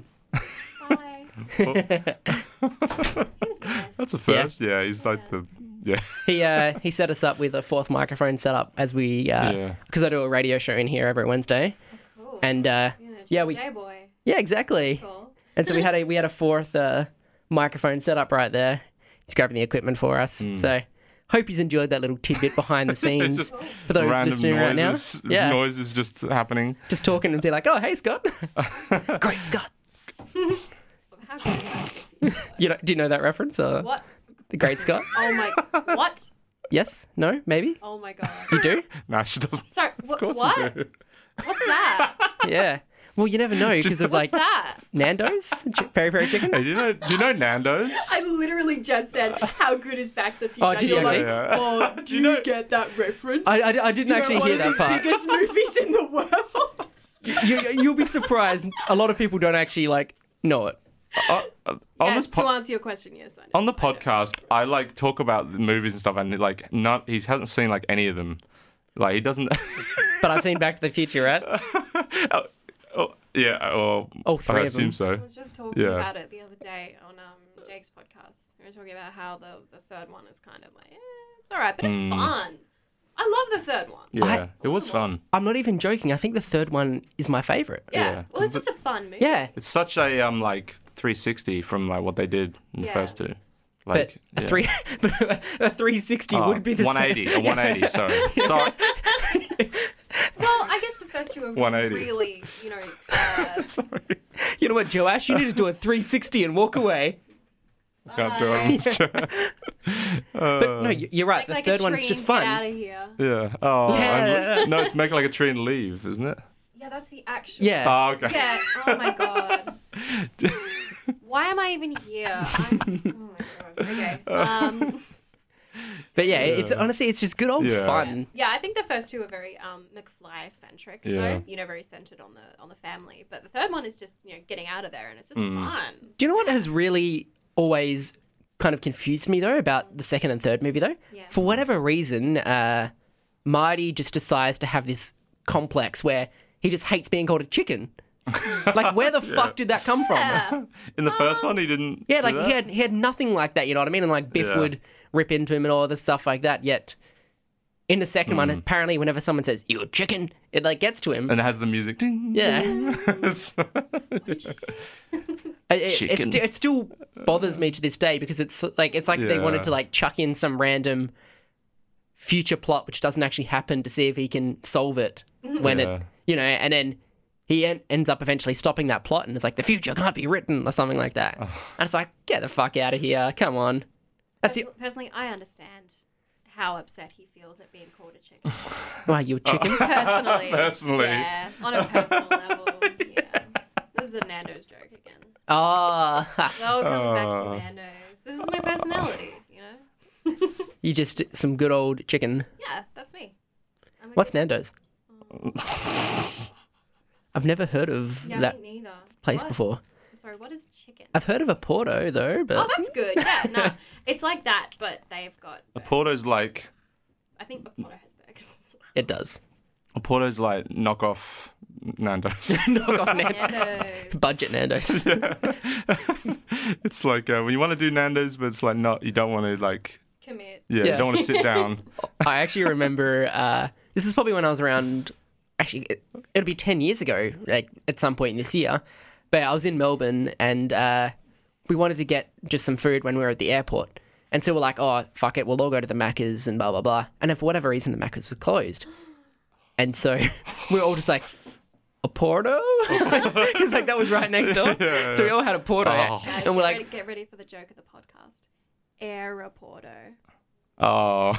[SPEAKER 3] Bye. he was nice.
[SPEAKER 1] That's a first. Yeah, he's like the yeah
[SPEAKER 2] He uh, he set us up with a fourth microphone setup as we because
[SPEAKER 1] Yeah.
[SPEAKER 2] I do a radio show in here every Wednesday,
[SPEAKER 3] Cool.
[SPEAKER 2] and uh, yeah, we-
[SPEAKER 3] J boy.
[SPEAKER 2] yeah, exactly.
[SPEAKER 3] Cool.
[SPEAKER 2] And so we had a we had a fourth uh, microphone set up right there. He's grabbing the equipment for us. So hope he's enjoyed that little tidbit behind the scenes
[SPEAKER 1] just
[SPEAKER 2] for those
[SPEAKER 1] random
[SPEAKER 2] listening right now.
[SPEAKER 1] noises.
[SPEAKER 2] Yeah,
[SPEAKER 1] noises just happening.
[SPEAKER 2] just talking and be like, oh hey Scott, great Scott.
[SPEAKER 3] How could you?
[SPEAKER 2] You know, do you know that reference or
[SPEAKER 3] What?
[SPEAKER 2] the great Scott?
[SPEAKER 3] Oh my. What?
[SPEAKER 2] Yes, no, maybe
[SPEAKER 3] Oh my god.
[SPEAKER 2] you do.
[SPEAKER 1] Nah, she doesn't. Of
[SPEAKER 3] Sorry. Wh-
[SPEAKER 1] course
[SPEAKER 3] what?
[SPEAKER 1] you do.
[SPEAKER 3] What's that?
[SPEAKER 2] Yeah. Well, you never know because of like
[SPEAKER 3] What's that?
[SPEAKER 2] Nando's Ch- peri peri chicken.
[SPEAKER 1] Hey, do you know? Do you know Nando's?
[SPEAKER 3] I literally just said how good is Back to the Future.
[SPEAKER 2] Oh, did you
[SPEAKER 3] You're
[SPEAKER 2] actually?
[SPEAKER 3] like,
[SPEAKER 1] Yeah.
[SPEAKER 3] oh,
[SPEAKER 1] Do
[SPEAKER 3] do
[SPEAKER 1] you
[SPEAKER 3] you
[SPEAKER 1] know-
[SPEAKER 3] get that reference?
[SPEAKER 2] I, I, I didn't
[SPEAKER 3] You know,
[SPEAKER 2] actually
[SPEAKER 3] one
[SPEAKER 2] hear
[SPEAKER 3] of
[SPEAKER 2] that
[SPEAKER 3] the
[SPEAKER 2] part.
[SPEAKER 3] Biggest movies in the world.
[SPEAKER 2] You, you- you'll be surprised. A lot of people don't actually like know it.
[SPEAKER 1] Uh, uh, on
[SPEAKER 3] yes,
[SPEAKER 1] this po-
[SPEAKER 3] to answer your question, yes. I know.
[SPEAKER 1] on the podcast, I like talk about the movies and stuff, and like not he hasn't seen like any of them. Like he doesn't.
[SPEAKER 2] But I've seen Back to the Future, right?
[SPEAKER 1] Oh, yeah, or
[SPEAKER 2] All Oh, three
[SPEAKER 1] I
[SPEAKER 2] of
[SPEAKER 1] assume
[SPEAKER 2] them.
[SPEAKER 1] so.
[SPEAKER 3] I was just talking
[SPEAKER 1] Yeah.
[SPEAKER 3] about it the other day on um, Jake's podcast. We were talking about how the, the third one is kind of like, eh, it's all right, but it's fun. I love the third one. Yeah.
[SPEAKER 1] Yeah, it was fun.
[SPEAKER 2] I'm not even joking. I think the third one is my favorite.
[SPEAKER 1] Yeah.
[SPEAKER 3] Well, it's just a fun movie.
[SPEAKER 2] Yeah.
[SPEAKER 1] It's such a um like 360 from like what they did in the
[SPEAKER 3] Yeah.
[SPEAKER 1] first two.
[SPEAKER 2] But
[SPEAKER 1] Like
[SPEAKER 2] a
[SPEAKER 1] yeah.
[SPEAKER 2] three, but a 360
[SPEAKER 1] Oh,
[SPEAKER 2] would be the
[SPEAKER 1] 180.
[SPEAKER 2] Same.
[SPEAKER 1] A 180. Sorry, sorry.
[SPEAKER 3] Well, I guess the first two are
[SPEAKER 1] 180.
[SPEAKER 3] really, you know, uh,
[SPEAKER 1] sorry.
[SPEAKER 2] You know what, Joash? You need to do a 360 and walk away.
[SPEAKER 1] I can't
[SPEAKER 3] Uh,
[SPEAKER 1] do it on this show. Uh,
[SPEAKER 2] But no, you- you're right.
[SPEAKER 3] like,
[SPEAKER 2] The
[SPEAKER 3] like
[SPEAKER 2] third
[SPEAKER 3] a
[SPEAKER 2] one's
[SPEAKER 3] tree
[SPEAKER 2] just
[SPEAKER 3] and
[SPEAKER 2] fun.
[SPEAKER 3] Get out of here.
[SPEAKER 1] Yeah. Oh.
[SPEAKER 2] Yes.
[SPEAKER 1] I'm, no, it's make like a tree and leave, isn't
[SPEAKER 2] Uh,
[SPEAKER 1] it?
[SPEAKER 3] Yeah, that's the actual.
[SPEAKER 2] yeah.
[SPEAKER 1] Oh, okay.
[SPEAKER 3] Yeah. Oh my god. Why am I even here? I'm, oh my god. Okay. Um,
[SPEAKER 2] But yeah, it's honestly, it's just good old
[SPEAKER 1] Yeah.
[SPEAKER 2] fun.
[SPEAKER 3] yeah, I think the first two are very um, McFly centric.
[SPEAKER 1] Yeah.
[SPEAKER 3] Though. You know, very centered on the on the family. But the third one is just you know getting out of there, and it's just
[SPEAKER 1] Mm.
[SPEAKER 3] fun.
[SPEAKER 2] Do you know what has really always kind of confused me though about the second and third movie though?
[SPEAKER 3] Yeah.
[SPEAKER 2] For whatever reason, uh, Marty just decides to have this complex where he just hates being called a chicken. Like, where the fuck did that come from?
[SPEAKER 3] Yeah.
[SPEAKER 1] In the first one, he didn't.
[SPEAKER 2] Ah. Yeah,
[SPEAKER 1] do
[SPEAKER 2] like he
[SPEAKER 1] that?
[SPEAKER 2] had he had nothing like that, you know what I mean? And like Biff
[SPEAKER 1] Yeah.
[SPEAKER 2] would rip into him and all this stuff like that. Yet in the second one, apparently whenever someone says, You a chicken, it like gets to him.
[SPEAKER 1] Hmm. and it has the music. Ding.
[SPEAKER 2] yeah.
[SPEAKER 1] It's- uh,
[SPEAKER 2] It- it, it,
[SPEAKER 1] Chicken.
[SPEAKER 2] sti- it still bothers me to this day because it's like it's like they wanted
[SPEAKER 1] Yeah.
[SPEAKER 2] to like chuck in some random future plot which doesn't actually happen to see if he can solve it when
[SPEAKER 1] Yeah.
[SPEAKER 2] it you know, and then he en- ends up eventually stopping that plot and it's like the future can't be written or something like that. And it's like, get the fuck out of here. Come on. That's the
[SPEAKER 3] Perso- personally, I understand how upset he feels at being called a chicken.
[SPEAKER 2] Why you a
[SPEAKER 1] Oh.
[SPEAKER 2] chicken?
[SPEAKER 3] Personally.
[SPEAKER 1] Personally.
[SPEAKER 3] Yeah. On a personal level. Yeah. This is a Nando's joke again.
[SPEAKER 2] Ah,
[SPEAKER 3] They'll come back to
[SPEAKER 1] Uh.
[SPEAKER 3] Nando's. This is my personality, you know?
[SPEAKER 2] you just some good old chicken.
[SPEAKER 3] Yeah, that's me. I'm a
[SPEAKER 2] What's
[SPEAKER 3] good-
[SPEAKER 2] Nando's? I've never heard of
[SPEAKER 3] Yeah,
[SPEAKER 2] that
[SPEAKER 3] me neither.
[SPEAKER 2] place
[SPEAKER 3] What?
[SPEAKER 2] before.
[SPEAKER 3] I'm sorry, what is chicken?
[SPEAKER 2] I've heard of a Porto though, but
[SPEAKER 3] Oh, that's good. Yeah, no. It's like that, but they've got.
[SPEAKER 1] A Porto's like
[SPEAKER 3] I think Apollo has burgers as well.
[SPEAKER 2] it does.
[SPEAKER 1] a oh, Porto's like knockoff Nando's.
[SPEAKER 2] Knock off Nando's.
[SPEAKER 3] Nando's.
[SPEAKER 2] Budget Nando's.
[SPEAKER 1] it's like uh, when you want to do Nando's, but it's like not. You don't want to like.
[SPEAKER 3] Commit.
[SPEAKER 1] Yeah,
[SPEAKER 2] Yeah.
[SPEAKER 1] you don't want to sit down.
[SPEAKER 2] I actually remember uh, this is probably when I was around. Actually, it, it'll be ten years ago, like at some point this year. But I was in Melbourne and uh, we wanted to get just some food when we were at the airport, and so we're like, "Oh fuck it, we'll all go to the Macca's and blah blah blah." And then for whatever reason, the Macca's were closed, and so we were all just like. A Porto? Because like that was right next door,
[SPEAKER 1] Yeah,
[SPEAKER 2] so we all had a Porto,
[SPEAKER 1] Oh.
[SPEAKER 3] Guys,
[SPEAKER 2] and we're
[SPEAKER 3] get
[SPEAKER 2] like,
[SPEAKER 3] ready, get ready for the joke of the podcast. Aeroporto.
[SPEAKER 1] Oh,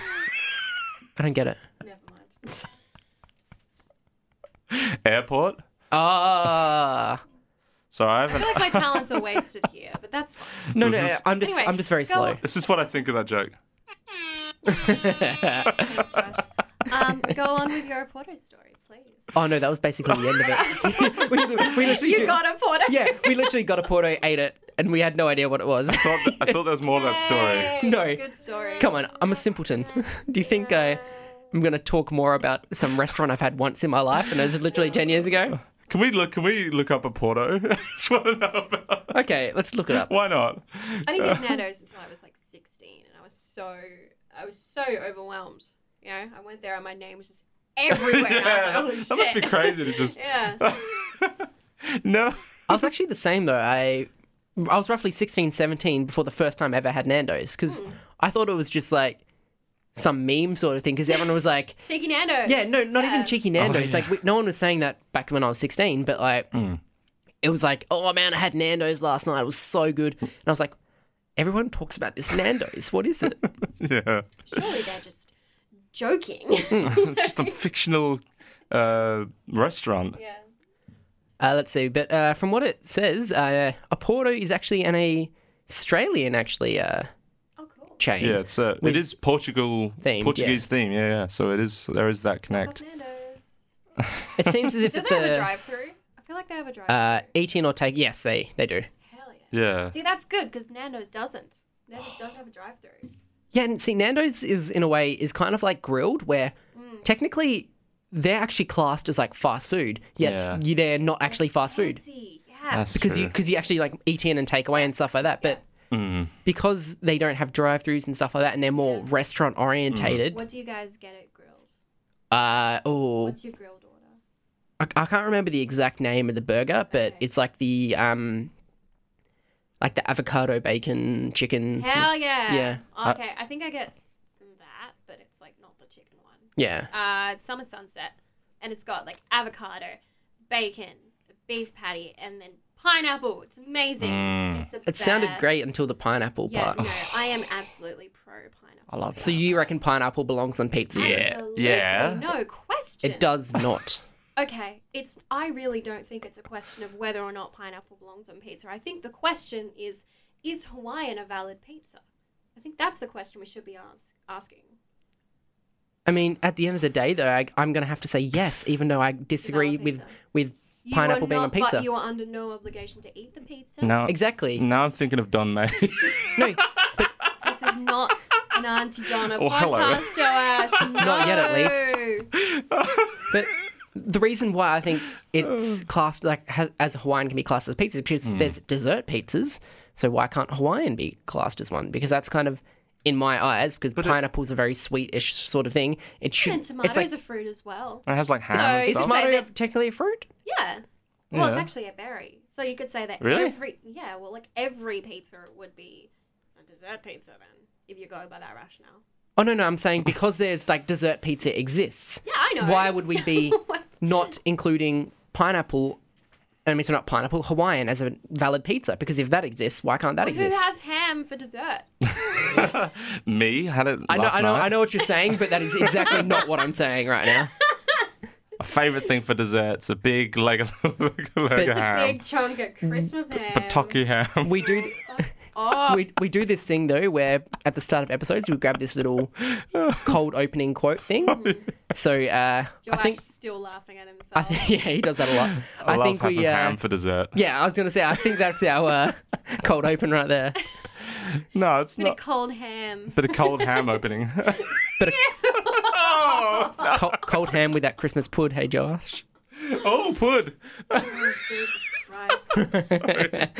[SPEAKER 2] I don't get it.
[SPEAKER 3] Never mind.
[SPEAKER 1] airport.
[SPEAKER 2] Ah,
[SPEAKER 1] So I haven't.
[SPEAKER 3] I feel like my talents are wasted here, but that's fine.
[SPEAKER 2] no,
[SPEAKER 1] It
[SPEAKER 2] no,
[SPEAKER 1] was just-
[SPEAKER 2] I'm just,
[SPEAKER 3] Anyway,
[SPEAKER 2] I'm just very
[SPEAKER 3] go
[SPEAKER 2] slow.
[SPEAKER 3] on.
[SPEAKER 1] This is what I think of that joke.
[SPEAKER 3] Thanks, Josh. Um, go on with your Porto story, please.
[SPEAKER 2] Oh no, that was basically the end of it. we, we- we literally
[SPEAKER 3] You
[SPEAKER 2] ju-
[SPEAKER 3] got a Porto.
[SPEAKER 2] yeah, we literally got a Porto, ate it, and we had no idea what it was.
[SPEAKER 1] I thought, I thought there was more to that story.
[SPEAKER 3] Yay,
[SPEAKER 2] No.
[SPEAKER 3] Good story.
[SPEAKER 2] Come on, I'm a simpleton. Do you think I, I'm going to talk more about some restaurant I've had once in my life, and it was literally ten years ago?
[SPEAKER 1] Can we look? Can we look up a Porto? I just want to know about.
[SPEAKER 2] Okay, let's look it up.
[SPEAKER 1] Why not?
[SPEAKER 3] I didn't get Nando's until I was like 16, and I was so I was so overwhelmed. You know, I went there and my name was just everywhere. and I
[SPEAKER 1] that,
[SPEAKER 3] was like, Holy
[SPEAKER 1] that must be
[SPEAKER 3] shit."
[SPEAKER 1] crazy to just
[SPEAKER 3] yeah.
[SPEAKER 1] no.
[SPEAKER 2] I was actually the same though. I I was roughly 16, 17 before the first time I ever had Nando's because
[SPEAKER 3] Hmm.
[SPEAKER 2] I thought it was just like some meme sort of thing because everyone was like,
[SPEAKER 3] Cheeky Nando's.
[SPEAKER 2] Yeah, no, not even cheeky Nando's.
[SPEAKER 1] yeah.
[SPEAKER 2] Like we, no one was saying that back when I was sixteen, but like it was like, oh man, I had Nando's last night. It was so good, and I was like, everyone talks about this Nando's. What is it?
[SPEAKER 1] Yeah,
[SPEAKER 3] Surely they're just joking.
[SPEAKER 1] it's just a fictional uh, restaurant.
[SPEAKER 3] yeah.
[SPEAKER 2] uh, let's see. But uh, from what it says, uh, a Porto is actually an Australian actually uh,
[SPEAKER 3] Oh, cool.
[SPEAKER 2] chain.
[SPEAKER 1] Yeah, it's uh, it is Portugal
[SPEAKER 2] Themed,
[SPEAKER 1] Portuguese theme. Yeah, yeah. So it is there is that
[SPEAKER 3] Love
[SPEAKER 1] connect.
[SPEAKER 3] Nando's.
[SPEAKER 2] It seems as if
[SPEAKER 3] Do
[SPEAKER 2] it's
[SPEAKER 3] they have a
[SPEAKER 2] a,
[SPEAKER 3] drive through? I feel like they have a drive through.
[SPEAKER 2] uh, eating or take. Yes, they they do.
[SPEAKER 3] Hell yeah.
[SPEAKER 1] Yeah,
[SPEAKER 3] See, that's good because Nando's doesn't. Nando's does have a drive through.
[SPEAKER 2] Yeah, and see, Nando's is in a way is kind of like grilled, where
[SPEAKER 3] Hmm.
[SPEAKER 2] technically they're actually classed as like fast food, yet
[SPEAKER 1] Yeah.
[SPEAKER 2] you, they're not actually fast food Uh,
[SPEAKER 3] See, yeah.
[SPEAKER 1] that's
[SPEAKER 2] because
[SPEAKER 1] true.
[SPEAKER 2] you because you actually like eat in and take away and stuff like that. But
[SPEAKER 1] mm.
[SPEAKER 2] because they don't have drive-throughs and stuff like that, and they're more restaurant orientated.
[SPEAKER 3] What do you guys get at grilled? Mm-hmm.
[SPEAKER 2] Uh oh,
[SPEAKER 3] What's your grilled order?
[SPEAKER 2] I, I can't remember the exact name of the burger, but
[SPEAKER 3] Okay.
[SPEAKER 2] it's like the um, like the avocado bacon chicken.
[SPEAKER 3] Hell yeah.
[SPEAKER 2] Mm-hmm. Yeah. Uh,
[SPEAKER 3] Okay, I think I get that, but it's like not the chicken one.
[SPEAKER 2] Yeah,
[SPEAKER 3] Uh, it's summer sunset, and it's got like avocado, bacon, beef patty, and then pineapple. It's amazing. It's the
[SPEAKER 2] Mm. it sounded great
[SPEAKER 3] best.
[SPEAKER 2] until the pineapple
[SPEAKER 3] Yeah,
[SPEAKER 2] part. Oh,
[SPEAKER 3] no, I am absolutely pro pineapple. I love
[SPEAKER 2] So you reckon pineapple belongs on pizza?
[SPEAKER 3] Absolutely,
[SPEAKER 1] Yeah.
[SPEAKER 3] No question.
[SPEAKER 2] It does not.
[SPEAKER 3] Okay, it's. I really don't think it's a question of whether or not pineapple belongs on pizza. I think the question is, is Hawaiian a valid pizza? I think that's the question we should be ask, asking.
[SPEAKER 2] I mean, at the end of the day, though, I, I'm going to have to say yes, even though I disagree
[SPEAKER 3] Vanilla
[SPEAKER 2] with
[SPEAKER 3] pizza.
[SPEAKER 2] with
[SPEAKER 3] You
[SPEAKER 2] pineapple
[SPEAKER 3] are
[SPEAKER 2] being
[SPEAKER 3] not,
[SPEAKER 2] on pizza.
[SPEAKER 3] But you are under no obligation to eat the pizza.
[SPEAKER 1] now,
[SPEAKER 2] Exactly.
[SPEAKER 1] now I'm thinking of Don May.
[SPEAKER 2] No,
[SPEAKER 3] This is not an Auntie Donna
[SPEAKER 1] Oh, hello.
[SPEAKER 3] podcast, Joash. No.
[SPEAKER 2] Not yet, at least. but the reason why I think it's classed like ha- as Hawaiian can be classed as pizza is because there's dessert pizzas. So why can't Hawaiian be classed as one? Because that's kind of in my eyes because pineapple's a very sweetish sort of thing. It should.
[SPEAKER 3] And tomatoes
[SPEAKER 2] it's like
[SPEAKER 3] are fruit as well.
[SPEAKER 1] It has like ham and
[SPEAKER 3] So
[SPEAKER 2] is
[SPEAKER 3] it's
[SPEAKER 1] stuff.
[SPEAKER 3] my-
[SPEAKER 2] tomato
[SPEAKER 3] Say that-
[SPEAKER 2] technically a fruit?
[SPEAKER 3] Yeah. Well, it's
[SPEAKER 1] Yeah.
[SPEAKER 3] actually a berry. So you could say that
[SPEAKER 1] Really?
[SPEAKER 3] every yeah, well like every pizza would be a dessert pizza then, if you go by that rationale.
[SPEAKER 2] Oh no, no, I'm saying because there's like dessert pizza exists.
[SPEAKER 3] Yeah, I know.
[SPEAKER 2] Why would we be not including pineapple? I mean, it's not pineapple, Hawaiian as a valid pizza because if that exists, why can't that
[SPEAKER 3] Who
[SPEAKER 2] exist?
[SPEAKER 3] has ham for dessert?
[SPEAKER 1] Me had it
[SPEAKER 2] I know,
[SPEAKER 1] last
[SPEAKER 2] I know,
[SPEAKER 1] night.
[SPEAKER 2] I know what you're saying, but that is exactly not what I'm saying right now.
[SPEAKER 1] My favorite thing for dessert's a big leg of, leg of
[SPEAKER 2] It's a
[SPEAKER 1] ham,
[SPEAKER 3] Big chunk of Christmas ham.
[SPEAKER 1] Pataki ham.
[SPEAKER 2] We do,
[SPEAKER 3] Oh,
[SPEAKER 2] we, we do this thing though, where at the start of episodes we grab this little cold opening quote thing.
[SPEAKER 1] Oh.
[SPEAKER 2] So uh, I
[SPEAKER 3] Joash
[SPEAKER 2] think,
[SPEAKER 3] still laughing at himself.
[SPEAKER 2] I think, yeah, he does that a lot.
[SPEAKER 1] I, love
[SPEAKER 2] think
[SPEAKER 1] having
[SPEAKER 2] we, uh,
[SPEAKER 1] ham for dessert.
[SPEAKER 2] yeah, I was gonna say, I think that's our uh, cold open right there.
[SPEAKER 1] No, it's
[SPEAKER 3] Bit of
[SPEAKER 1] not.
[SPEAKER 3] cold ham.
[SPEAKER 1] Bit of cold ham opening.
[SPEAKER 2] Cold, cold ham with that Christmas pud, hey Josh.
[SPEAKER 1] oh, pud.
[SPEAKER 3] Jesus Christ.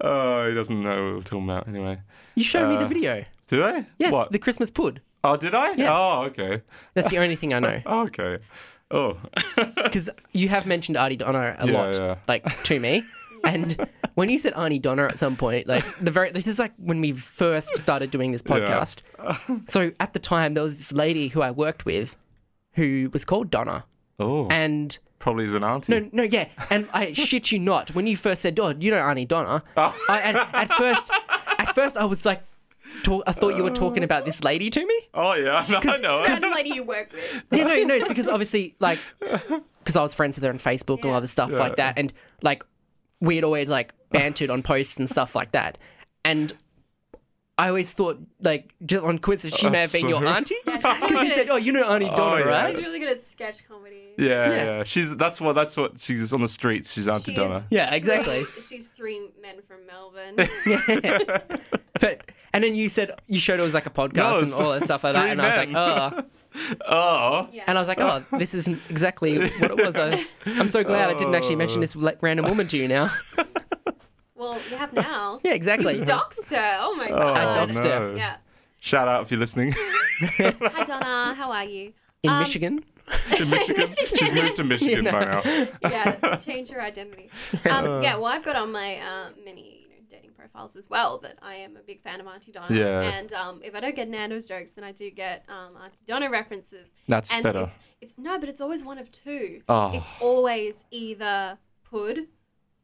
[SPEAKER 1] Oh, he doesn't know what we're talking about anyway.
[SPEAKER 2] You showed me the video.
[SPEAKER 1] Do they?
[SPEAKER 2] Yes,
[SPEAKER 1] Uh, What?
[SPEAKER 2] the Christmas pud.
[SPEAKER 1] Oh, did I?
[SPEAKER 2] Yes.
[SPEAKER 1] Oh, okay.
[SPEAKER 2] That's the only thing I know
[SPEAKER 1] Okay. Oh.
[SPEAKER 2] because you have mentioned Arnie Donner a
[SPEAKER 1] Yeah,
[SPEAKER 2] lot,
[SPEAKER 1] yeah.
[SPEAKER 2] like to me. And when you said Arnie Donner at some point, like the very this is like when we first started doing this podcast. So at the time, there was this lady who I worked with, who was called Donna,
[SPEAKER 1] oh.
[SPEAKER 2] and
[SPEAKER 1] Probably is an auntie.
[SPEAKER 2] No, no, yeah. And I shit you not, when you first said, "Oh, you know Arnie Donna,"
[SPEAKER 1] Oh.
[SPEAKER 2] I, at, at first, at first I was like, talk, I thought you were talking about this lady to me.
[SPEAKER 1] Oh, yeah. No, I know.
[SPEAKER 3] That's the lady you work with.
[SPEAKER 2] Yeah, no, no, it's because obviously, like, because I was friends with her on Facebook and all this stuff like that, and like we had always like bantered on posts and stuff like that, and. I always thought, like, just on coincidence, she may have
[SPEAKER 1] That's
[SPEAKER 2] been your
[SPEAKER 1] so-
[SPEAKER 2] auntie
[SPEAKER 3] Yeah, she
[SPEAKER 2] because you
[SPEAKER 3] did.
[SPEAKER 2] said, "Oh, you know Arnie Donna,
[SPEAKER 1] yeah.
[SPEAKER 2] right?"
[SPEAKER 3] She's really good at sketch comedy.
[SPEAKER 1] Yeah,
[SPEAKER 2] Yeah.
[SPEAKER 1] yeah, She's that's what that's what she's on the streets. She's Auntie
[SPEAKER 3] She's-
[SPEAKER 1] Donna.
[SPEAKER 2] Yeah, exactly.
[SPEAKER 3] Three- she's three men from Melbourne.
[SPEAKER 2] But and then you said you showed it was like a podcast
[SPEAKER 1] No,
[SPEAKER 2] and
[SPEAKER 1] it's-
[SPEAKER 2] all that stuff like that,
[SPEAKER 1] three
[SPEAKER 2] and I was
[SPEAKER 1] men.
[SPEAKER 2] like, oh,
[SPEAKER 1] Oh,
[SPEAKER 3] Yeah.
[SPEAKER 2] and I was like, oh, this isn't exactly what it was. I, I'm so glad I didn't actually mention this la- random woman to you now.
[SPEAKER 3] well, you have now.
[SPEAKER 2] Yeah, exactly.
[SPEAKER 3] Doxter. Oh my
[SPEAKER 1] oh,
[SPEAKER 3] god.
[SPEAKER 2] doxed her.
[SPEAKER 1] no.
[SPEAKER 3] Yeah.
[SPEAKER 1] Shout out if you're listening
[SPEAKER 3] Hi Donna, how are you?
[SPEAKER 2] In
[SPEAKER 3] Um,
[SPEAKER 2] Michigan,
[SPEAKER 1] in Michigan. she's moved to Michigan by now.
[SPEAKER 3] Yeah, change your identity.
[SPEAKER 1] Uh.
[SPEAKER 3] Um, yeah, well, I've got on my uh, many you know, dating profiles as well that I am a big fan of Auntie Donna.
[SPEAKER 1] Yeah.
[SPEAKER 3] And um, if I don't get Nando's jokes, then I do get um, Auntie Donna references.
[SPEAKER 1] That's
[SPEAKER 3] and
[SPEAKER 1] better.
[SPEAKER 3] It's, it's no, but it's always one of two.
[SPEAKER 1] Oh.
[SPEAKER 3] It's always either pud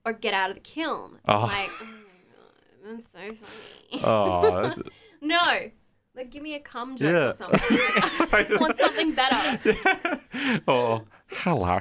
[SPEAKER 3] or get out of the kiln.
[SPEAKER 1] Oh.
[SPEAKER 3] Like, oh my god, that's so funny.
[SPEAKER 1] Oh, that's-
[SPEAKER 3] No. Like, give me a cum joke
[SPEAKER 1] Yeah.
[SPEAKER 3] or something. I want something better.
[SPEAKER 1] oh, hello.
[SPEAKER 2] How-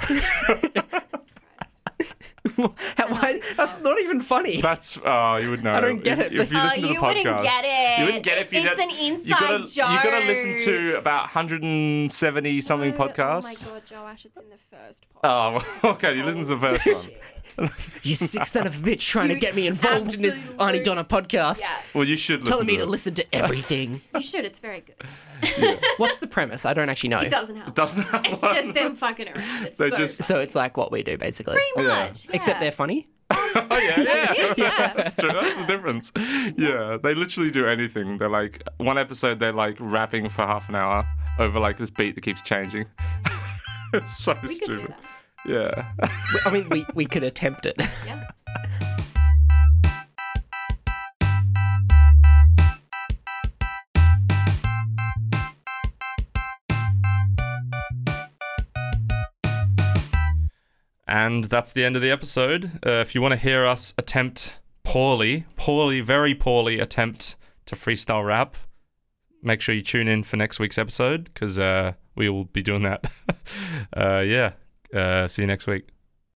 [SPEAKER 2] why- that's not even funny.
[SPEAKER 1] That's oh, you would know. I
[SPEAKER 2] don't get it.
[SPEAKER 1] If, if you
[SPEAKER 3] Oh,
[SPEAKER 1] listen to the
[SPEAKER 3] you
[SPEAKER 1] podcast,
[SPEAKER 3] wouldn't get it.
[SPEAKER 1] You wouldn't get it if you
[SPEAKER 3] It's
[SPEAKER 1] didn't.
[SPEAKER 3] an
[SPEAKER 1] you gotta,
[SPEAKER 3] inside
[SPEAKER 1] You gotta listen to about 170 something
[SPEAKER 3] Oh
[SPEAKER 1] podcasts.
[SPEAKER 3] my god, Joash, it's in the first Oh, podcast.
[SPEAKER 1] Oh, okay. You listen to the first one.
[SPEAKER 2] You sick son of a bitch trying to get me involved in this Arnie
[SPEAKER 3] absolute-
[SPEAKER 2] Donna podcast,
[SPEAKER 3] Yeah,
[SPEAKER 1] Well, you should listen
[SPEAKER 2] telling me
[SPEAKER 1] to
[SPEAKER 2] to
[SPEAKER 1] it.
[SPEAKER 2] listen to everything.
[SPEAKER 3] you should. It's very good.
[SPEAKER 2] What's the premise? I don't actually know.
[SPEAKER 3] It doesn't help.
[SPEAKER 1] Doesn't have
[SPEAKER 3] It's
[SPEAKER 1] one.
[SPEAKER 3] just them fucking around. It's
[SPEAKER 1] They
[SPEAKER 3] so
[SPEAKER 1] just-
[SPEAKER 2] So it's like what we do basically,
[SPEAKER 3] pretty
[SPEAKER 1] Yeah.
[SPEAKER 3] much. Yeah.
[SPEAKER 2] except they're funny.
[SPEAKER 1] Oh yeah, yeah.
[SPEAKER 3] Yeah, yeah.
[SPEAKER 1] That's true. That's the difference. Yeah, they literally do anything. They're like one episode, they're like rapping for half an hour over like this beat that keeps changing. it's so
[SPEAKER 3] We could do
[SPEAKER 1] stupid.
[SPEAKER 3] that.
[SPEAKER 1] Yeah.
[SPEAKER 2] I mean, we, we could attempt it.
[SPEAKER 3] Yeah.
[SPEAKER 5] And that's the end of the episode. Uh, if you want to hear us attempt poorly, poorly, very poorly attempt to freestyle rap, make sure you tune in for next week's episode because uh, we will be doing that. uh, yeah. Uh, see you next week.